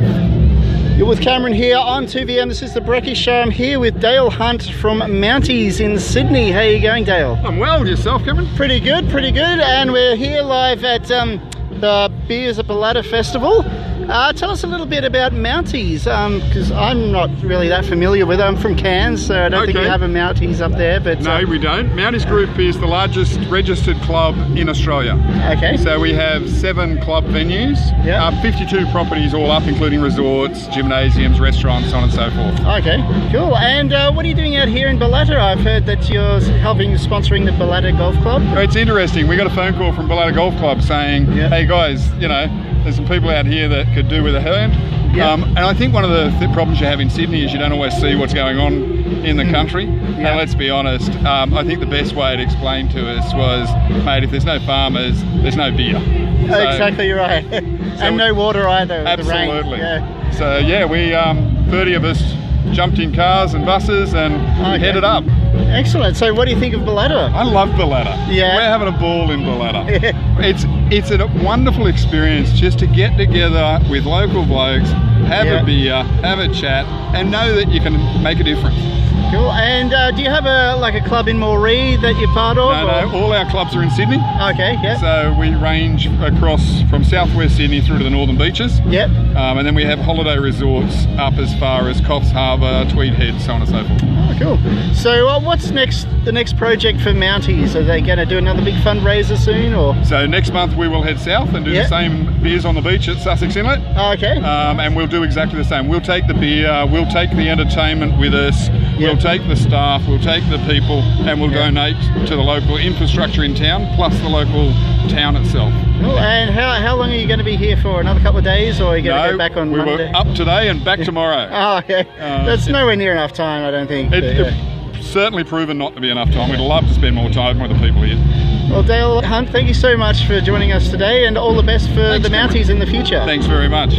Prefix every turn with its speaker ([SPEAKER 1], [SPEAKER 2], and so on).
[SPEAKER 1] Yeah. You're with Cameron here. I'm 2VM. This is the Brekkie Show. I'm here with Dale Hunt from Mounties in Sydney. How are you going, Dale?
[SPEAKER 2] I'm well, yourself, Cameron?
[SPEAKER 1] Pretty good, pretty good. And we're here live at um, the Beers at Ballada Festival. Uh, tell us a little bit about Mounties, because I'm not really that familiar with it. I'm from Cairns, so I don't think we
[SPEAKER 2] Okay.
[SPEAKER 1] have a Mounties up there. But
[SPEAKER 2] No,
[SPEAKER 1] uh,
[SPEAKER 2] we don't. Mounties Group is the largest registered club in Australia.
[SPEAKER 1] uh, okay,
[SPEAKER 2] So we have seven club venues,
[SPEAKER 1] Yeah.
[SPEAKER 2] uh, 52 properties all up, including resorts, gymnasiums, restaurants, so on and so forth.
[SPEAKER 1] okay, cool. And uh, what are you doing out here in Ballata? I've heard that you're helping sponsoring the Ballata Golf Club.
[SPEAKER 2] It's interesting. We got a phone call from Balada Golf Club saying,
[SPEAKER 1] Yeah.
[SPEAKER 2] "Hey guys, you know, there's some people out here that could do with a hand."
[SPEAKER 1] Yeah.
[SPEAKER 2] Um, and I think one of the th- problems you have in Sydney is you don't always see what's going on in the country.
[SPEAKER 1] Mm. Yeah.
[SPEAKER 2] And let's be honest, um, I think the best way to explain to us was, "Mate, if there's no farmers, there's no beer." So-
[SPEAKER 1] exactly right. and
[SPEAKER 2] we-
[SPEAKER 1] no water either. with the rain.
[SPEAKER 2] Absolutely.
[SPEAKER 1] Yeah.
[SPEAKER 2] So yeah, we um, 30 of us jumped in cars and buses and
[SPEAKER 1] Okay.
[SPEAKER 2] headed up.
[SPEAKER 1] Excellent. So, what do you think of Ballata?
[SPEAKER 2] I love Baletta.
[SPEAKER 1] Yeah.
[SPEAKER 2] We're having a ball in Baletta. it's it's a wonderful experience just to get together with local blokes, have
[SPEAKER 1] Yeah.
[SPEAKER 2] a beer, have a chat, and know that you can make a difference.
[SPEAKER 1] cool. And uh, do you have a like a club in Moree that you're part of?
[SPEAKER 2] No, no, all our clubs are in Sydney.
[SPEAKER 1] or- Okay. Yeah.
[SPEAKER 2] So we range across from southwest Sydney through to the northern beaches.
[SPEAKER 1] yep.
[SPEAKER 2] Um, and then we have holiday resorts up as far as Coffs Harbour, Tweed Head, so on and so forth.
[SPEAKER 1] Oh, cool. So, uh, what's next? The next project for Mounties? Are they going to do another big fundraiser soon, or?
[SPEAKER 2] So next month we will head south and do
[SPEAKER 1] Yeah.
[SPEAKER 2] the same beers on the beach at Sussex Inlet.
[SPEAKER 1] Oh, okay.
[SPEAKER 2] Um, and we'll do exactly the same. We'll take the beer, we'll take the entertainment with us,
[SPEAKER 1] Yeah.
[SPEAKER 2] we'll take the staff, we'll take the people, and we'll
[SPEAKER 1] Yeah.
[SPEAKER 2] donate to the local infrastructure in town, plus the local town itself.
[SPEAKER 1] cool. And how, how long are you going to be here for? Another couple of days, or are you going to
[SPEAKER 2] No,
[SPEAKER 1] go back on
[SPEAKER 2] we
[SPEAKER 1] Monday?
[SPEAKER 2] were up today and back tomorrow.
[SPEAKER 1] Oh, okay.
[SPEAKER 2] Uh,
[SPEAKER 1] That's nowhere near enough time, I don't think.
[SPEAKER 2] It,
[SPEAKER 1] but, yeah.
[SPEAKER 2] it certainly proven not to be enough time. We'd love to spend more time with the people here.
[SPEAKER 1] Well, Dale Hunt, thank you so much for joining us today, and all the best for
[SPEAKER 2] Thanks,
[SPEAKER 1] the Mounties in the future.
[SPEAKER 2] Thanks very much.